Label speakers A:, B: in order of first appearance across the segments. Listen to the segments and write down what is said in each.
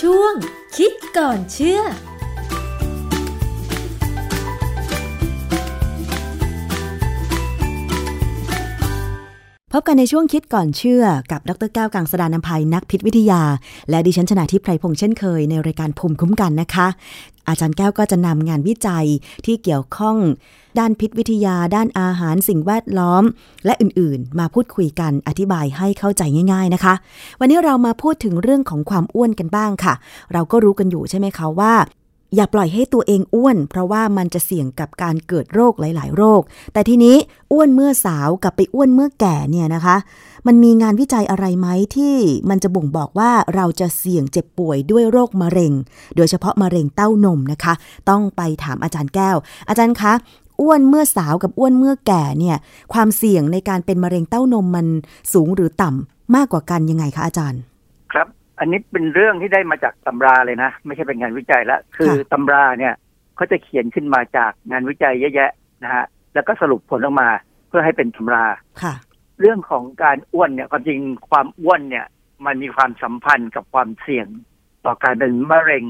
A: ช่วง คิดก่อนเชื่อ
B: พบกันในช่วงคิดก่อนเชื่อกับดรแก้วกังสดานนภัยนักพิษวิทยา และดิฉันชนะทิพไพรพงษ์เช่นเคยในรายการภูมิคุ้มกันนะคะ อาจารย์แก้วก็จะนำงานวิจัยที่เกี่ยวข้อง ด้านพิษวิทยา ด้านอาหารสิ่งแวดล้อม และอื่นๆ มาพูดคุยกันอธิบายให้เข้าใจง่าย ๆนะคะ วันนี้เรามาพูดถึงเรื่องของความอ้วนกันบ้างค่ะ เราก็รู้กันอยู่ใช่ไหมคะว่า อย่าปล่อยให้ตัวเองอ้วน เพราะว่ามันจะเสี่ยงกับการเกิดโรคหลาย ๆ โรค แต่ทีนี้อ้วนเมื่อสาวกับไปอ้วนเมื่อแก่เนี่ยนะคะ มันมีงานวิจัยอะไรไหมที่มันจะบ่งบอกว่าเราจะเสี่ยงเจ็บป่วยด้วยโรคมะเร็ง โดยเฉพาะมะเร็งเต้านมนะคะ ต้องไปถามอาจารย์แก้ว อาจารย์คะ อ้วนเมื่อสาวกับอ้วนเมื่อแก่เนี่ย ความเสี่ยงในการเป็นมะเร็งเต้านมมันสูงหรือต่ำมากกว่ากันยังไงคะอาจารย์
C: ครับ อันนี้เป็นเรื่องที่ได้มาจากตำราเลยนะ ไม่ใช่เป็นงานวิจัยละ คือ
B: ค่ะ
C: ตำราเนี่ยเขาจะเขียนขึ้นมาจากงานวิจัยเยอะแยะนะฮะ แล้วก็สรุปผลออกมาเพื่อให้เป็นตำรา
B: ค่ะ
C: เรื่องของการอ้วนเนี่ยความจริงความอ้วนเนี่ย มันมีความสัมพันธ์กับความเสี่ยง ต่อการเป็นมะเร็ง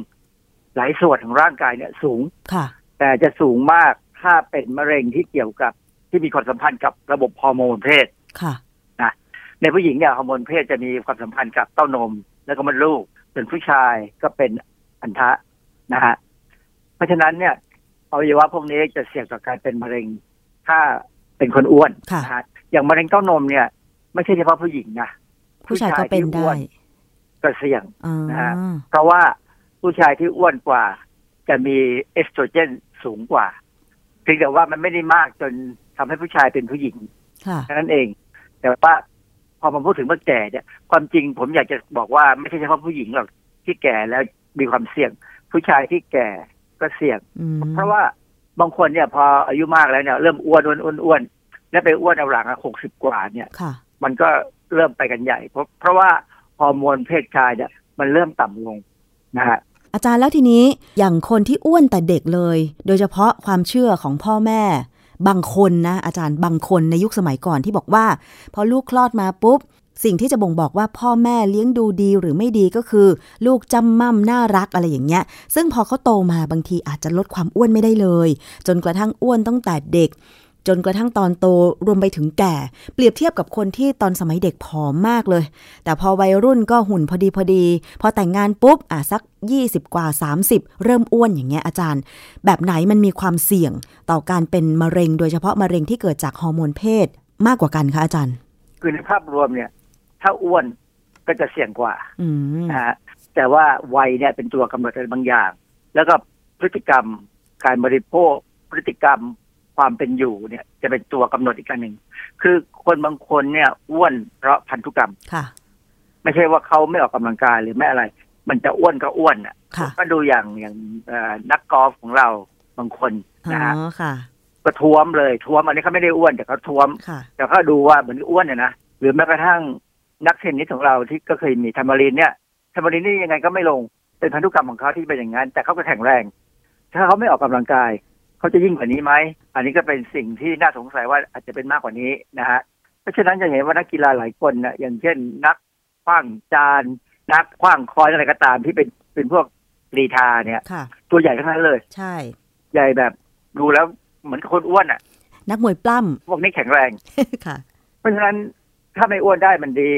C: หลายส่วนของร่างกายเนี่ยสูง
B: ค่ะ
C: แต่จะสูงมากถ้าเป็นมะเร็งที่เกี่ยวกับที่มีความสัมพันธ์กับระบบฮอร์โมนเพศ
B: ค่ะ
C: ในผู้หญิงเนี่ยฮอร์โมนเพศจะมีความสัมพันธ์กับเต้านม แล้วก็มดลูกส่วนผู้ชายก็เป็นอันทะนะฮะเพราะฉะนั้นเนี่ยอวัยวะพวกนี้จะเสี่ยงต่อการเป็นมะเร็ง ถ้าเป็นคนอ้วน
B: ค่ะ
C: นะฮะอย่างมะเร็งเต้านมเนี่ย ไม่ใช่เฉพาะผู้หญิงนะ
B: ผู้ชายก็เป็น
C: ที่อ้
B: ได้
C: วนก็เสี่ยง
B: อ่า
C: นะฮะ เพราะว่าผู้ชายที่อ้วนกว่า จะมีเอสโตรเจนสูงกว่าเพียงแต่ว่ามันไม่ได้มากจนทำให้ผู้ชายเป็นผู้หญิง
B: ค่ะ
C: แค่นั้นเอง แต่ว่าพอมาพูดถึงว่าแก่เนี่ย ความจริงผมอยากจะบอกว่าไม่ใช่เฉพาะผู้หญิงหรอกที่แก่แล้วมีความเสี่ยง ผู้ชายที่แก่ก็เสี่ยง
B: อืม
C: เพราะว่าบางคนเนี่ยพออายุมากแล้วเนี่ยเริ่มอ้วนอ้วนอ้วนอ้วนแล้วไปอ้วนเอาหลังหกสิบกว่าเนี่ย
B: ค่ะ
C: มันก็เริ่มไปกันใหญ่ เพราะเพราะว่าฮอร์โมนเพศชายเนี่ยมันเริ่มต่ำลงนะฮะ
B: อาจารย์แล้วทีนี้อย่างคนที่อ้วนแต่เด็กเลย โดยเฉพาะความเชื่อของพ่อแม่ บางคนนะ อาจารย์บางคนในยุคสมัยก่อนที่บอกว่า พอลูกคลอดมาปุ๊บ สิ่งที่จะบ่งบอกว่าพ่อแม่เลี้ยงดูดีหรือไม่ดีก็คือ ลูกจำม่ำน่ารักอะไรอย่างเงี้ย ซึ่งพอเขาโตมาบางทีอาจจะลดความอ้วนไม่ได้เลย จนกระทั่งอ้วนตั้งแต่เด็ก จนกระทั่งตอนโตรวมไปถึงแก่ เปรียบเทียบกับคนที่ตอนสมัยเด็กผอมมากเลย แต่พอวัยรุ่นก็หุ่นพอดีพอดี พอแต่งงานปุ๊บ อ่ะสัก 20 กว่า 30 เริ่มอ้วนอย่างเงี้ยอาจารย์ แบบไหนมันมีความเสี่ยงต่อการเป็นมะเร็ง โดยเฉพาะมะเร็งที่เกิดจากฮอร์โมนเพศมากกว่ากันคะอาจารย์
C: คือในภาพรวมเนี่ย ถ้าอ้วนก็จะเสี่ยงกว่า
B: อืม
C: นะฮะแต่ว่าวัยเนี่ยเป็นตัวกำหนดอะไรบางอย่าง แล้วก็พฤติกรรมการบริโภค พฤติกรรมความเป็นอยู่เนี่ย จะเป็นตัวกำหนดอีกอันหนึ่งคือคนบางคนเนี่ยอ้วนเพราะพันธุกรรม
B: ค่ะ
C: ไม่ใช่ว่าเขาไม่ออกกำลังกายหรือไม่อะไร มันจะอ้วนก็อ้วนอ่ะ
B: ค่ะ
C: ก็ดูอย่างอย่างเอ่อนักกอล์ฟของเราบางคน
B: อ๋
C: นะฮะ
B: อค่ะ
C: ก็ท้วมเลยท้วมอันนี้เขาไม่ได้อ้วนแต่เขาท้วม
B: ค่ะ
C: แต่ก็ดูว่าเหมือนอ้วนเนี่ยนะหรือแม้กระทั่งนักเทนนิสของเราที่ก็เคยมีธรรมารินเนี่ยธรรมารินนี่ยังไงก็ไม่ลงเป็นพันธุกรรมของเขาที่เป็นอย่างนั้น แต่เขาก็แข็งแรง ถ้าเขาไม่ออกกำลังกาย เขาจะยิ่งกว่านี้ไหมอันนี้ก็เป็นสิ่งที่น่าสงสัยว่าอาจจะเป็นมากกว่านี้นะฮะเพราะฉะนั้นจะเห็นว่านักกีฬาหลายคนนะอย่างเช่น นักคว้างจาน นักคว้างคอยอะไรก็ตามที่เป็นเป็นพวกกรีธาเนี่ย
B: ค่ะ
C: ตัวใหญ่ทั้งนั้นเลย
B: ใช่
C: ใหญ่แบบดูแล้วเหมือนคนอ้วนอ่ะ
B: นักมวยปล้
C: พวกนี้แข็งแรง
B: ำ ค่ะ
C: เพราะฉะนั้นถ้าไม่อ้วนได้มันดี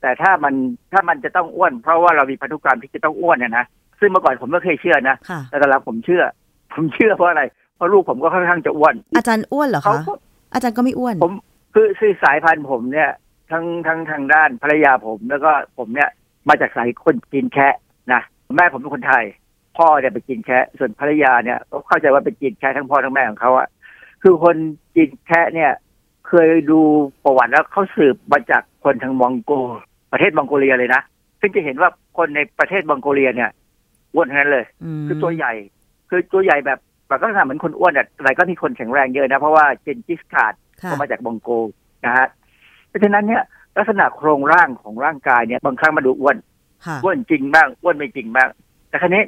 C: แต่ถ้ามันถ้ามันจะต้องอ้วน เพราะว่าเรามีพันธุกรรมที่จะต้องอ้วนเนี่ยนะซึ่งเมื่อก่อนผมไม่เคยเชื่อนะ
B: ค่ะ
C: แต่ตอนหลังผมเชื่อ ผมเชื่อเพราะอะไรเพราะลูกผมก็ค่อนข้างจะอ้วน
B: อาจารย์อ้วนเหรอ
C: เขา
B: คะ
C: ก็
B: อาจารย์ก็ไม่อ้วน
C: ผมคือคือสายพันธุ์ผมเนี่ย ทั้งทั้งทางด้านภรรยาผม แล้วก็ผมเนี่ยมาจากสายคนจีนแคะนะแม่ผมเป็นคนไทย พ่อเนี่ยเป็นจีนแคะส่วนภรรยาเนี่ยก็เข้าใจว่าเป็นจีนแคะทั้งพ่อทั้งแม่ของเขาอะคือคนจีนแคะเนี่ย เคยดูประวัติแล้วเขาสืบมาจากคนทางมองโกประเทศมองโกเลียเลยนะ ซึ่งจะเห็นว่าคนในประเทศมองโกเลียเนี่ยอ้วนทั้งนั้นเลย
B: อืม
C: คือตัวใหญ่ คือตัวใหญ่แบบแบบก็ทำเหมือนคนอ้วนอะแต่ก็มีคนแข็งแรงเยอะนะ เพราะว่าเจนกิสคาด
B: ค่ะ
C: เขามาจากมองโกนะฮะเพราะฉะนั้นเนี่ย ลักษณะโครงร่างของร่างกายเนี่ยบางครั้งมาดูอ้วน
B: ค่ะ
C: อ้วนจริงบ้างอ้วนไม่จริงบ้างแต่ครั้นี้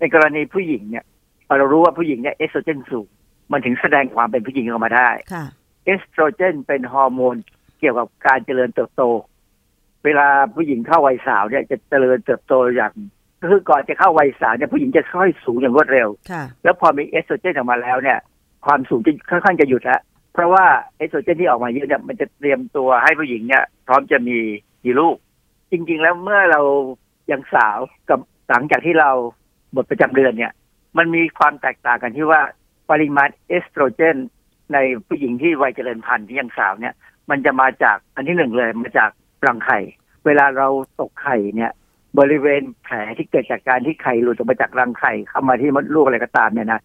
C: ในกรณีผู้หญิงเนี่ยพอเรารู้ว่าผู้หญิงเนี่ยเอสโตรเจนสูงมันถึงแสดงความเป็นผู้หญิงออกมาได้
B: ค่ะ
C: เอสโตรเจนเป็นฮอร์โมนเกี่ยวกับการเจริญเติบโต เวลาผู้หญิงเข้าวัยสาวเนี่ยจะเจริญเติบโตอย่าง ก็คือก่อนจะเข้าวัยสาวเนี่ยผู้หญิงจะค่อยสูงอย่างรวดเร็ว
B: ค่ะ
C: แล้วพอมีเอสโตรเจนออกมาแล้วเนี่ย ความสูงจะค่อนข้างจะหยุดละเพราะว่าเอสโตรเจนที่ออกมาเยอะเนี่ยมันจะเตรียมตัวให้ผู้หญิงเนี่ย พร้อมจะมีมีลูก จริง ๆ แล้วเมื่อเรายังสาวกับหลังจากที่เราหมดประจำเดือนเนี่ย มันมีความแตกต่างกันที่ว่าปริมาณเอสโตรเจน ในผู้หญิงที่วัยเจริญพันธุ์ที่ยังสาวเนี่ย มันจะมาจากอันที่หนึ่งเลยมาจากรังไข่ เวลาเราตกไข่เนี่ย บริเวณแผลที่เกิดจากการที่ไข่หลุดออกมาจากรังไข่เข้ามาที่มดลูกอะไรก็ตามเนี่ยนะ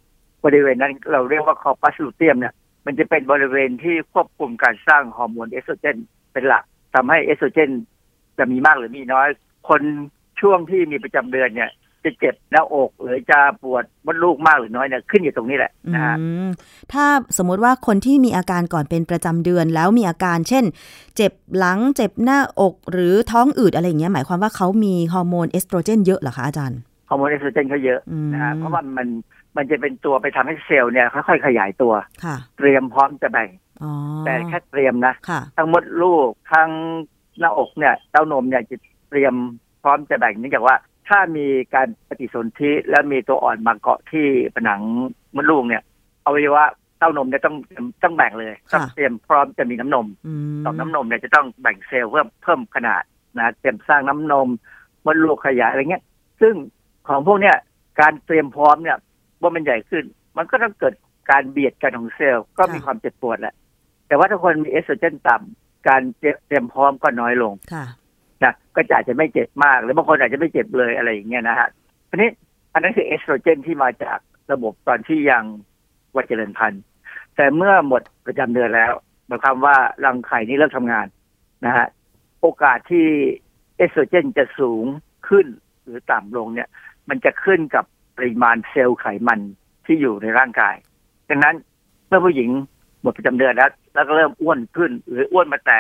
C: บริเวณนั้นเราเรียกว่าคอปัสลูเทียมเนี่ยมันจะเป็นบริเวณที่ควบคุมการสร้างฮอร์โมนเอสโตรเจนเป็นหลักทำให้เอสโตรเจน จะมีมากหรือมีน้อย คนช่วงที่มีประจำเดือนเนี่ย จะเจ็บหน้าอก หรือจะปวดมดลูกมากหรือน้อยเนี่ยขึ้นอยู่ตรงนี้แหละ
B: อื
C: นะฮะ
B: มถ้าสมมติว่าคนที่มีอาการก่อนเป็นประจำเดือนแล้วมีอาการเช่น เจ็บหลังเจ็บหน้าอกหรือท้องอืดอะไรอย่างเงี้ยหมายความว่าเขามีฮอร์โมนเอสโตรเจนเยอะเหรอคะอาจารย์
C: ฮอร์โมนเอสโตรเจนเขาเยอะ
B: อืม
C: นะฮะเพราะว่ามันมันจะเป็นตัวไปทำให้เซลล์เนี่ยค่อยๆขยายตัว
B: ค่ะ
C: เตรียมพร้อมจะแบ่ง
B: อ๋อ
C: แต่แค่เตรียมนะ
B: ค่ะ
C: ทั้งมดลูกทั้งหน้าอกเนี่ยเต้านมเนี่ยจะเตรียมพร้อมจะแบ่งเนื่องจากว่า ถ้ามีการปฏิสนธิและมีตัวอ่อนมาเกาะที่ผนังมดลูกเนี่ยอวัยวะเต้านมเนี่ยต้องต้องแบ่งเลย
B: ค่ะ
C: ต้องเตรียมพร้อมจะมีน้ำนม
B: อืม
C: ต่อมน้ำนมเนี่ยจะต้องแบ่งเซลล์เพิ่มเพิ่มขนาดนะเตรียมสร้างน้ำนมมดลูกขยายอะไรเงี้ย ซึ่งของพวกเนี่ยการเตรียมพร้อมเนี่ยว่ามันใหญ่ขึ้น มันก็ต้องเกิดการเบียดกันของเซลล์ก็มีความเจ็บปวดแหละ แต่ว่าถ้าคนมีเอสโตรเจนต่ำการเตรียมพร้อมก็น้อยลง
B: ค่ะ
C: นะก็จะอาจจะไม่เจ็บมาก หรือบางคนอาจจะไม่เจ็บเลยอะไรอย่างเงี้ยนะฮะทีนี้อันนั้นคือเอสโตรเจนที่มาจากระบบตอนที่ยังวัยเจริญพันธุ์ แต่เมื่อหมดประจำเดือนแล้วหมายความว่ารังไข่นี่เริ่มทำงานนะฮะโอกาสที่เอสโตรเจนจะสูงขึ้นหรือต่ำลงเนี่ย มันจะขึ้นกับปริมาณเซลล์ไขมันที่อยู่ในร่างกาย ดังนั้นเมื่อผู้หญิงหมดประจำเดือนแล้ว แล้วก็เริ่มอ้วนขึ้น หรืออ้วนมาแต่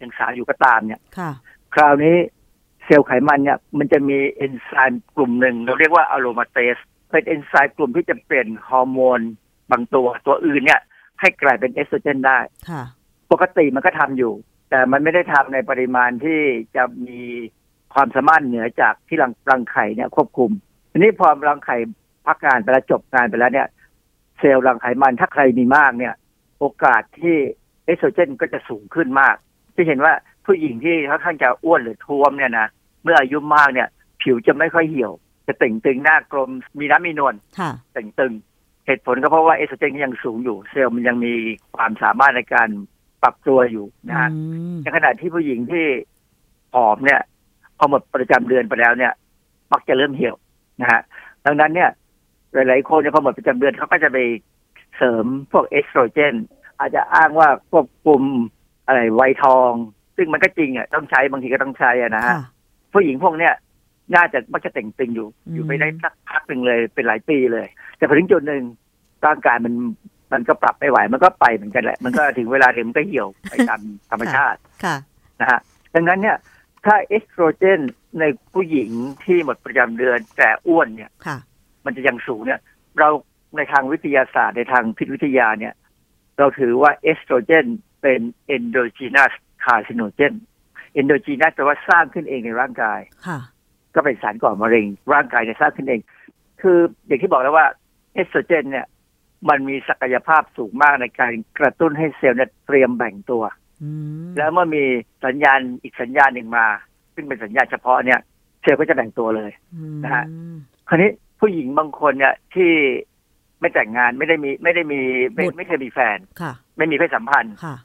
C: ยังสาวอยู่ก็ตามเนี่ย
B: ค่ะ
C: คราวนี้เซลล์ไขมันเนี่ยมันจะมีเอนไซม์กลุ่มหนึ่งเราเรียกว่าอะโรมาเตสเป็นเอนไซม์กลุ่มที่จะเปลี่ยนฮอร์โมนบางตัวตัวอื่นเนี่ย ให้กลายเป็นเอสโตรเจนได้
B: ค่ะ
C: ปกติมันก็ทำอยู่ แต่มันไม่ได้ทำในปริมาณที่จะมีความสามารถเหนือจากที่รังรังไข่เนี่ยควบคุมทีนี้พอรังไข่พักงานไปแล้วจบงานไปแล้วเนี่ย เซลล์รังไขมันถ้าใครมีมากเนี่ย โอกาสที่เอสโตรเจนก็จะสูงขึ้นมาก จะเห็นว่าผู้หญิงที่ค่อนข้างจะอ้วนหรือท้วมเนี่ยนะเมื่ออายุมากเนี่ย ผิวจะไม่ค่อยเหี่ยว จะเต่งตึงหน้ากลมมีน้ำมีนวล
B: ค่ะ
C: ตึงตึงๆเหตุผลก็เพราะว่าเอสโตรเจนก็ยังสูงอยู่ เซลล์มันยังมีความสามารถในการปรับตัวอยู่นะฮะ
B: อืม
C: ในขณะที่ผู้หญิงที่ผอมเนี่ยพอหมดประจำเดือนไปแล้วเนี่ย มักจะเริ่มเหี่ยวนะฮะดังนั้นเนี่ย หลายๆคนเนี่ยพอหมดประจำเดือนเขาก็จะไปเสริมพวกเอสโตรเจน อาจจะอ้างว่าควบคุมอะไรไวยทอง ซึ่งมันก็จริงอ่ะต้องใช้บางทีก็ต้องใช้อะนะฮะ
B: ค่ะ
C: ผู้หญิงพวกเนี้ยน่าจะมักจะแต่งตึงอยู่
B: อืม
C: อยู่ไปได้สักพักหนึ่งเลยเป็นหลายปีเลย แต่พอถึงจุดหนึ่งร่างกายมันมันก็ปรับไม่ไหว มันก็ไปเหมือนกันแหละ มันก็ถึงเวลาเดี๋ยวมันก็ เหี่ยวไปตามธรรมชาติ
B: ค่ะ
C: นะฮะดังนั้นเนี่ย ถ้าเอสโตรเจนในผู้หญิงที่หมดประจำเดือนแต่อ้วนเนี่ย
B: ค่ะ
C: มันจะยังสูงเนี่ย เราในทางวิทยาศาสตร์ในทางพิษวิทยาเนี่ย เราถือว่าเอสโตรเจนเป็น endogenous carcinogen endogenous แปลว่าสร้างขึ้นเองในร่างกาย
B: ค่ะ
C: ก็เป็นสารก่อมะเร็งร่างกายเนี่ยสร้างขึ้นเอง คืออย่างที่บอกแล้วว่าเอสโตรเจนเนี่ย มันมีศักยภาพสูงมากในการกระตุ้นให้เซลล์เนี่ยเตรียมแบ่งตัว
B: อืม
C: แล้วเมื่อมีสัญญาณอีกสัญญาณหนึ่งมา ซึ่งเป็นสัญญาณเฉพาะเนี่ย เซลล์ก็จะแบ่งตัวเลย นะฮะ
B: อืม
C: คราวนี้ผู้หญิงบางคนเนี่ยที่ไม่แต่งงานไม่ได้มีไม่ได้มีไม่
B: บุตร
C: ไม่เคยมีแฟน
B: ค่ะ
C: ไม่มีเพศสัมพันธ์
B: ค่ะ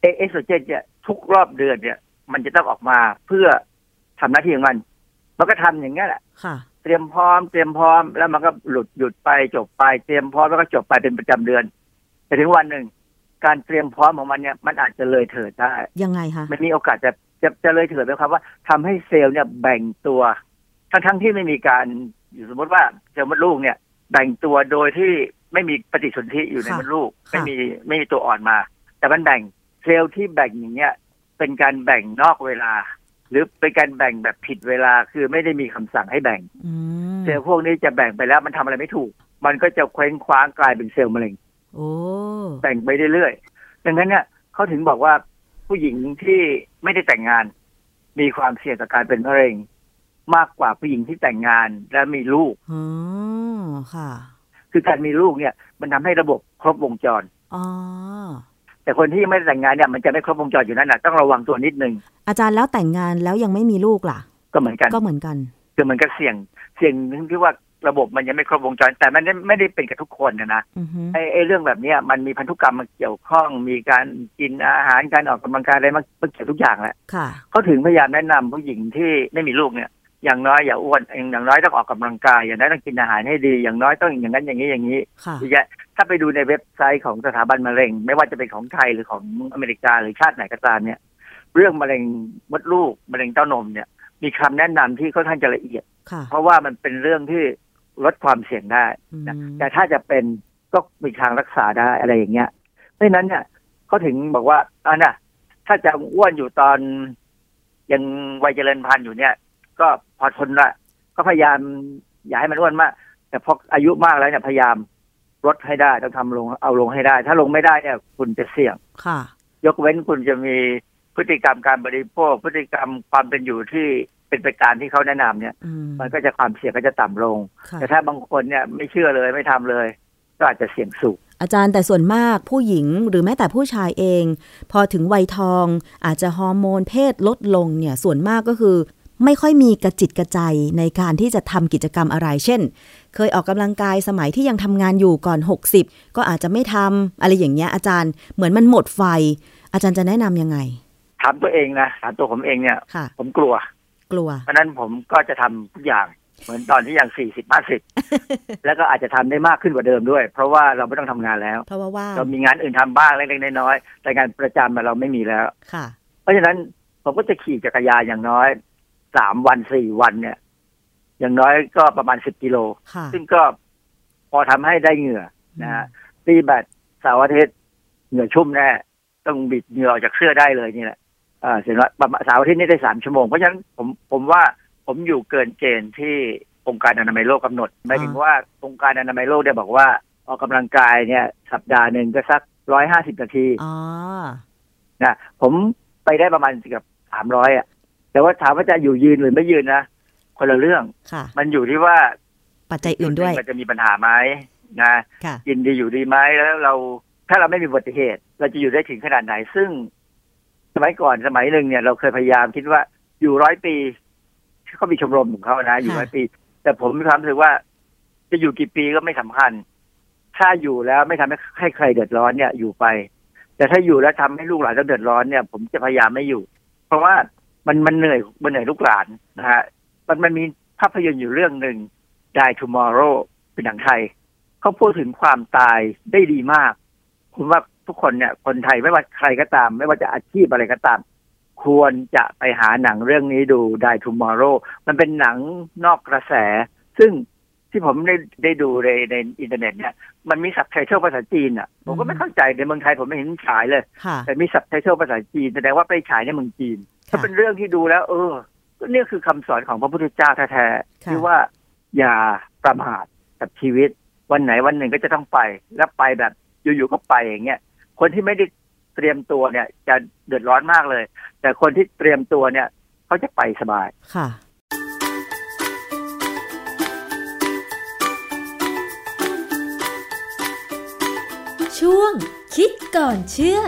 C: เอเอสโตรเจนเนี่ยทุกรอบเดือนเนี่ย มันจะต้องออกมาเพื่อทำหน้าที่ของมัน มันก็ทำอย่างนี้ยแหละ
B: ค่ะ
C: เตรียมพร้อมเตรียมพร้อมแล้วมันก็หลุดหยุดไปจบไปเตรียมพร้อมแล้วก็จบไปเป็นประจำเดือนแต่ถึงวันหนึ่ง การเตรียมพร้อมของมันเนี่ยมันอาจจะเลยเถิดได้
B: ยังไงคะ
C: มันมีโอกาสจะจะจะเลยเถิดไหมครับว่าทำให้เซลล์เนี่ยแบ่งตัวทั้งทั้งที่ไม่มีการอยู่สมมติว่าเซลล์มดลูกเนี่ย แบ่งตัวโดยที่ไม่มีปฏิสนธิอยู่ในมดลูก ไม่มีไม่มีตัวอ่อนมา แต่มันแบ่งเซลล์ที่แบ่งอย่างเงี้ย เป็นการแบ่งนอกเวลา หรือเป็นการแบ่งแบบผิดเวลาคือไม่ได้มีคำสั่งให้แบ่ง
B: อืม
C: เซลล์พวกนี้จะแบ่งไปแล้วมันทำอะไรไม่ถูก มันก็จะเคว้งคว้างกลายเป็นเซลล์มะเร็ง
B: โอ้
C: แบ่งไปเรื่อยๆดังนั้นเนี่ยเขาถึงบอกว่าผู้หญิงที่ไม่ได้แต่งงาน มีความเสี่ยงต่อการเป็นมะเร็ง มากกว่าผู้หญิงที่แต่งงานและมีลูก
B: อ๋อค่ะ
C: คือการมีลูกเนี่ยมันทำให้ระบบครบวงจร
B: อ๋อ
C: แต่คนที่ยังไม่ได้แต่งงานเนี่ยมันจะไม่ครบวงจรอยู่นั่นนะต้องระวังตัวนิดนึง
B: อาจารย์แล้วแต่งงานแล้วยังไม่มีลูกล่ะ
C: ก็เหมือนกัน
B: ก็เหมือนกัน
C: คือมันก็เสี่ยงเสี่ยงที่ว่าระบบมันยังไม่ครบวงจร แต่มันไม่ได้เป็นกับทุกคนนะนะ
B: อือฮึ
C: ไอ้ไอ้เรื่องแบบเนี้ยมันมีพันธุกรรมมาเกี่ยวข้อง มีการกินอาหารการออกกำลังกายอะไรมามาเกี่ยวทุกอย่างแหละ
B: ค่ะ
C: เขาถึงพยายามแนะนำผู้หญิงที่ไม่มีลูกเนี่ย อย่างน้อยอย่าอ้วนอย่างน้อยต้องออกกำลังกาย อย่างน้อยต้องกินอาหารให้ดีอย่างน้อยต้องอย่างนั้นอย่างนี้อย่างนี้
B: ค่ะ
C: เยอะแยะถ้าไปดูในเว็บไซต์ของสถาบันมะเร็ง ไม่ว่าจะเป็นของไทยหรือของอเมริกาหรือชาติไหนก็ตามเนี่ย เรื่องมะเร็งมดลูกมะเร็งเต้านมเนี่ย มีคำแนะนำที่ค่อนข้างจะละเอียด
B: ค่ะ
C: เพราะว่ามันเป็นเรื่องที่ลดความเสี่ยงได้
B: อืม
C: นะแต่ถ้าจะเป็นก็มีทางรักษาได้อะไรอย่างเงี้ย เพราะฉะนั้นเนี่ยเขาถึงบอกว่าอ่ะนะถ้าจะอ้วนอยู่ตอนยังวัยเจริญพันธุ์อยู่เนี่ย ก็พอทนละก็พยายามอย่าให้มันอ้วนมาก แต่พออายุมากแล้วเนี่ยพยายามลดให้ได้ต้องทำลงเอาลงให้ได้ ถ้าลงไม่ได้เนี่ย คุณจะเสี่ยง
B: ค่ะ
C: ยกเว้นคุณจะมีพฤติกรรมการบริโภค พฤติกรรมความเป็นอยู่ที่เป็นไปตามที่เขาแนะนำเนี่ย
B: อืม
C: มันก็จะความเสี่ยงก็จะต่ำลง
B: ค่ะ
C: แต่ถ้าบางคนเนี่ยไม่เชื่อเลยไม่ทำเลย ก็อาจจะเสี่ยงสูง
B: อาจารย์แต่ส่วนมากผู้หญิงหรือแม้แต่ผู้ชายเอง พอถึงวัยทองอาจจะฮอร์โมนเพศลดลงเนี่ยส่วนมากก็คือ ไม่ค่อยมีกระจิตกระใจในการที่จะทำกิจกรรมอะไรเช่น เคยออกกำลังกายสมัยที่ยังทำงานอยู่ก่อน 60 ก็อาจจะไม่ทำอะไรอย่างเงี้ยอาจารย์เหมือนมันหมดไฟ อาจารย์จะแนะนำยังไง
C: ถามตัวเองนะถามตัวผมเองเนี่ย
B: ค่ะ
C: ผมกลัว
B: กลัว
C: เพราะฉะนั้นผมก็จะทำทุกอย่าง เหมือนตอนที่ยังสี่สิบห้า สิบ แล้วก็อาจจะทำได้มากขึ้นกว่าเดิมด้วย เพราะว่าเราไม่ต้องทำงานแล้ว
B: เพราะว่าว่าง
C: เรามีงานอื่นทำบ้างเล็กๆน้อยๆแต่งานประจำอะเราไม่มีแล้ว
B: ค่ะ
C: เพราะฉะนั้นผมก็จะขี่จักรยานอย่างน้อยสามวันสี่วันเนี่ย อย่างน้อยก็ประมาณสิบกิโล
B: ค่ะ
C: ซึ่งก็พอทำให้ได้เหงื่อนะฮะ ตีแบตเสาร์อาทิตย์เหงื่อชุ่มแน่ต้องบิดเหงื่อออกจากเสื้อได้เลยนี่แหละเอ่อเสร็จแล้วประมาณเสาร์อาทิตย์นี่ได้สามชั่วโมง เพราะฉะนั้นผมผมว่าผมอยู่เกินเกณฑ์ที่องค์การอนามัยโลกกำหนดหมายถึงว่าองค์การอนามัยโลกเนี่ยบอกว่าออกกำลังกายเนี่ย สัปดาห์หนึ่งก็สักร้อยห้าสิบนาที
B: อ๋อ
C: นะผมไปได้ประมาณเกือบสามร้อยอ่ะ แต่ว่าถามว่าจะอยู่ยืนหรือไม่ยืนนะคนละเรื่อง
B: ค่ะ
C: มันอยู่ที่ว่า
B: ปัจจัยอื่นด้วย
C: มันจะมีปัญหาไหมนะ
B: ค่ะ
C: กินดีอยู่ดีไหมแล้วเราถ้าเราไม่มีอุบัติเหตุ เราจะอยู่ได้ถึงขนาดไหน ซึ่ง สมัยก่อนสมัยหนึ่งเนี่ย เราเคยพยายามคิดว่าอยู่ร้อยปีเขามีชมรมของเขานะ อยู่
B: ค่ะ
C: ร้อยปี แต่ผมมีความรู้สึกว่า จะอยู่กี่ปีก็ไม่สำคัญ ถ้าอยู่แล้วไม่ทำให้ให้ใครเดือดร้อนเนี่ย อยู่ไป แต่ถ้าอยู่แล้วทำให้ลูกหลานเราเดือดร้อนเนี่ย ผมจะพยายามไม่อยู่ เพราะว่ามันมันเหนื่อยมันเหนื่อยลูกหลานนะฮะมันมันมีภาพยนตร์อยู่เรื่องหนึ่ง Die Tomorrow เป็นหนังไทย เขาพูดถึงความตายได้ดีมาก ผมว่าทุกคนเนี่ย คนไทยไม่ว่าใครก็ตาม ไม่ว่าจะอาชีพอะไรก็ตาม ควรจะไปหาหนังเรื่องนี้ดู Die Tomorrow มันเป็นหนังนอกกระแส ซึ่งที่ผมได้ได้ดูในในอินเทอร์เน็ตเนี่ย มันมีสับไตเติลภาษาจีนอ่ะ ผมก็ไม่เข้าใจในเมืองไทยผมไม่เห็นฉายเลย
B: ค่ะ
C: แต่มีสับไตเติลภาษาจีนแสดงว่าไปฉายในเมืองจีน ถ้า
B: ค่ะ
C: เป็นเรื่องที่ดูแล้ว เออก็เนี่ยคือคำสอนของพระพุทธเจ้าแท้ๆ
B: ค่ะ
C: ที่ว่าอย่าประมาทกับชีวิต วันไหนวันหนึ่งก็จะต้องไป แล้วไปแบบอยู่ๆก็ไปอย่างเงี้ยคนที่ไม่ได้เตรียมตัวเนี่ย จะเดือดร้อนมากเลย แต่คนที่เตรียมตัวเนี่ยเขาจะไปสบาย
B: ค่ะ
A: ช่วงคิดก่อนเชื่อ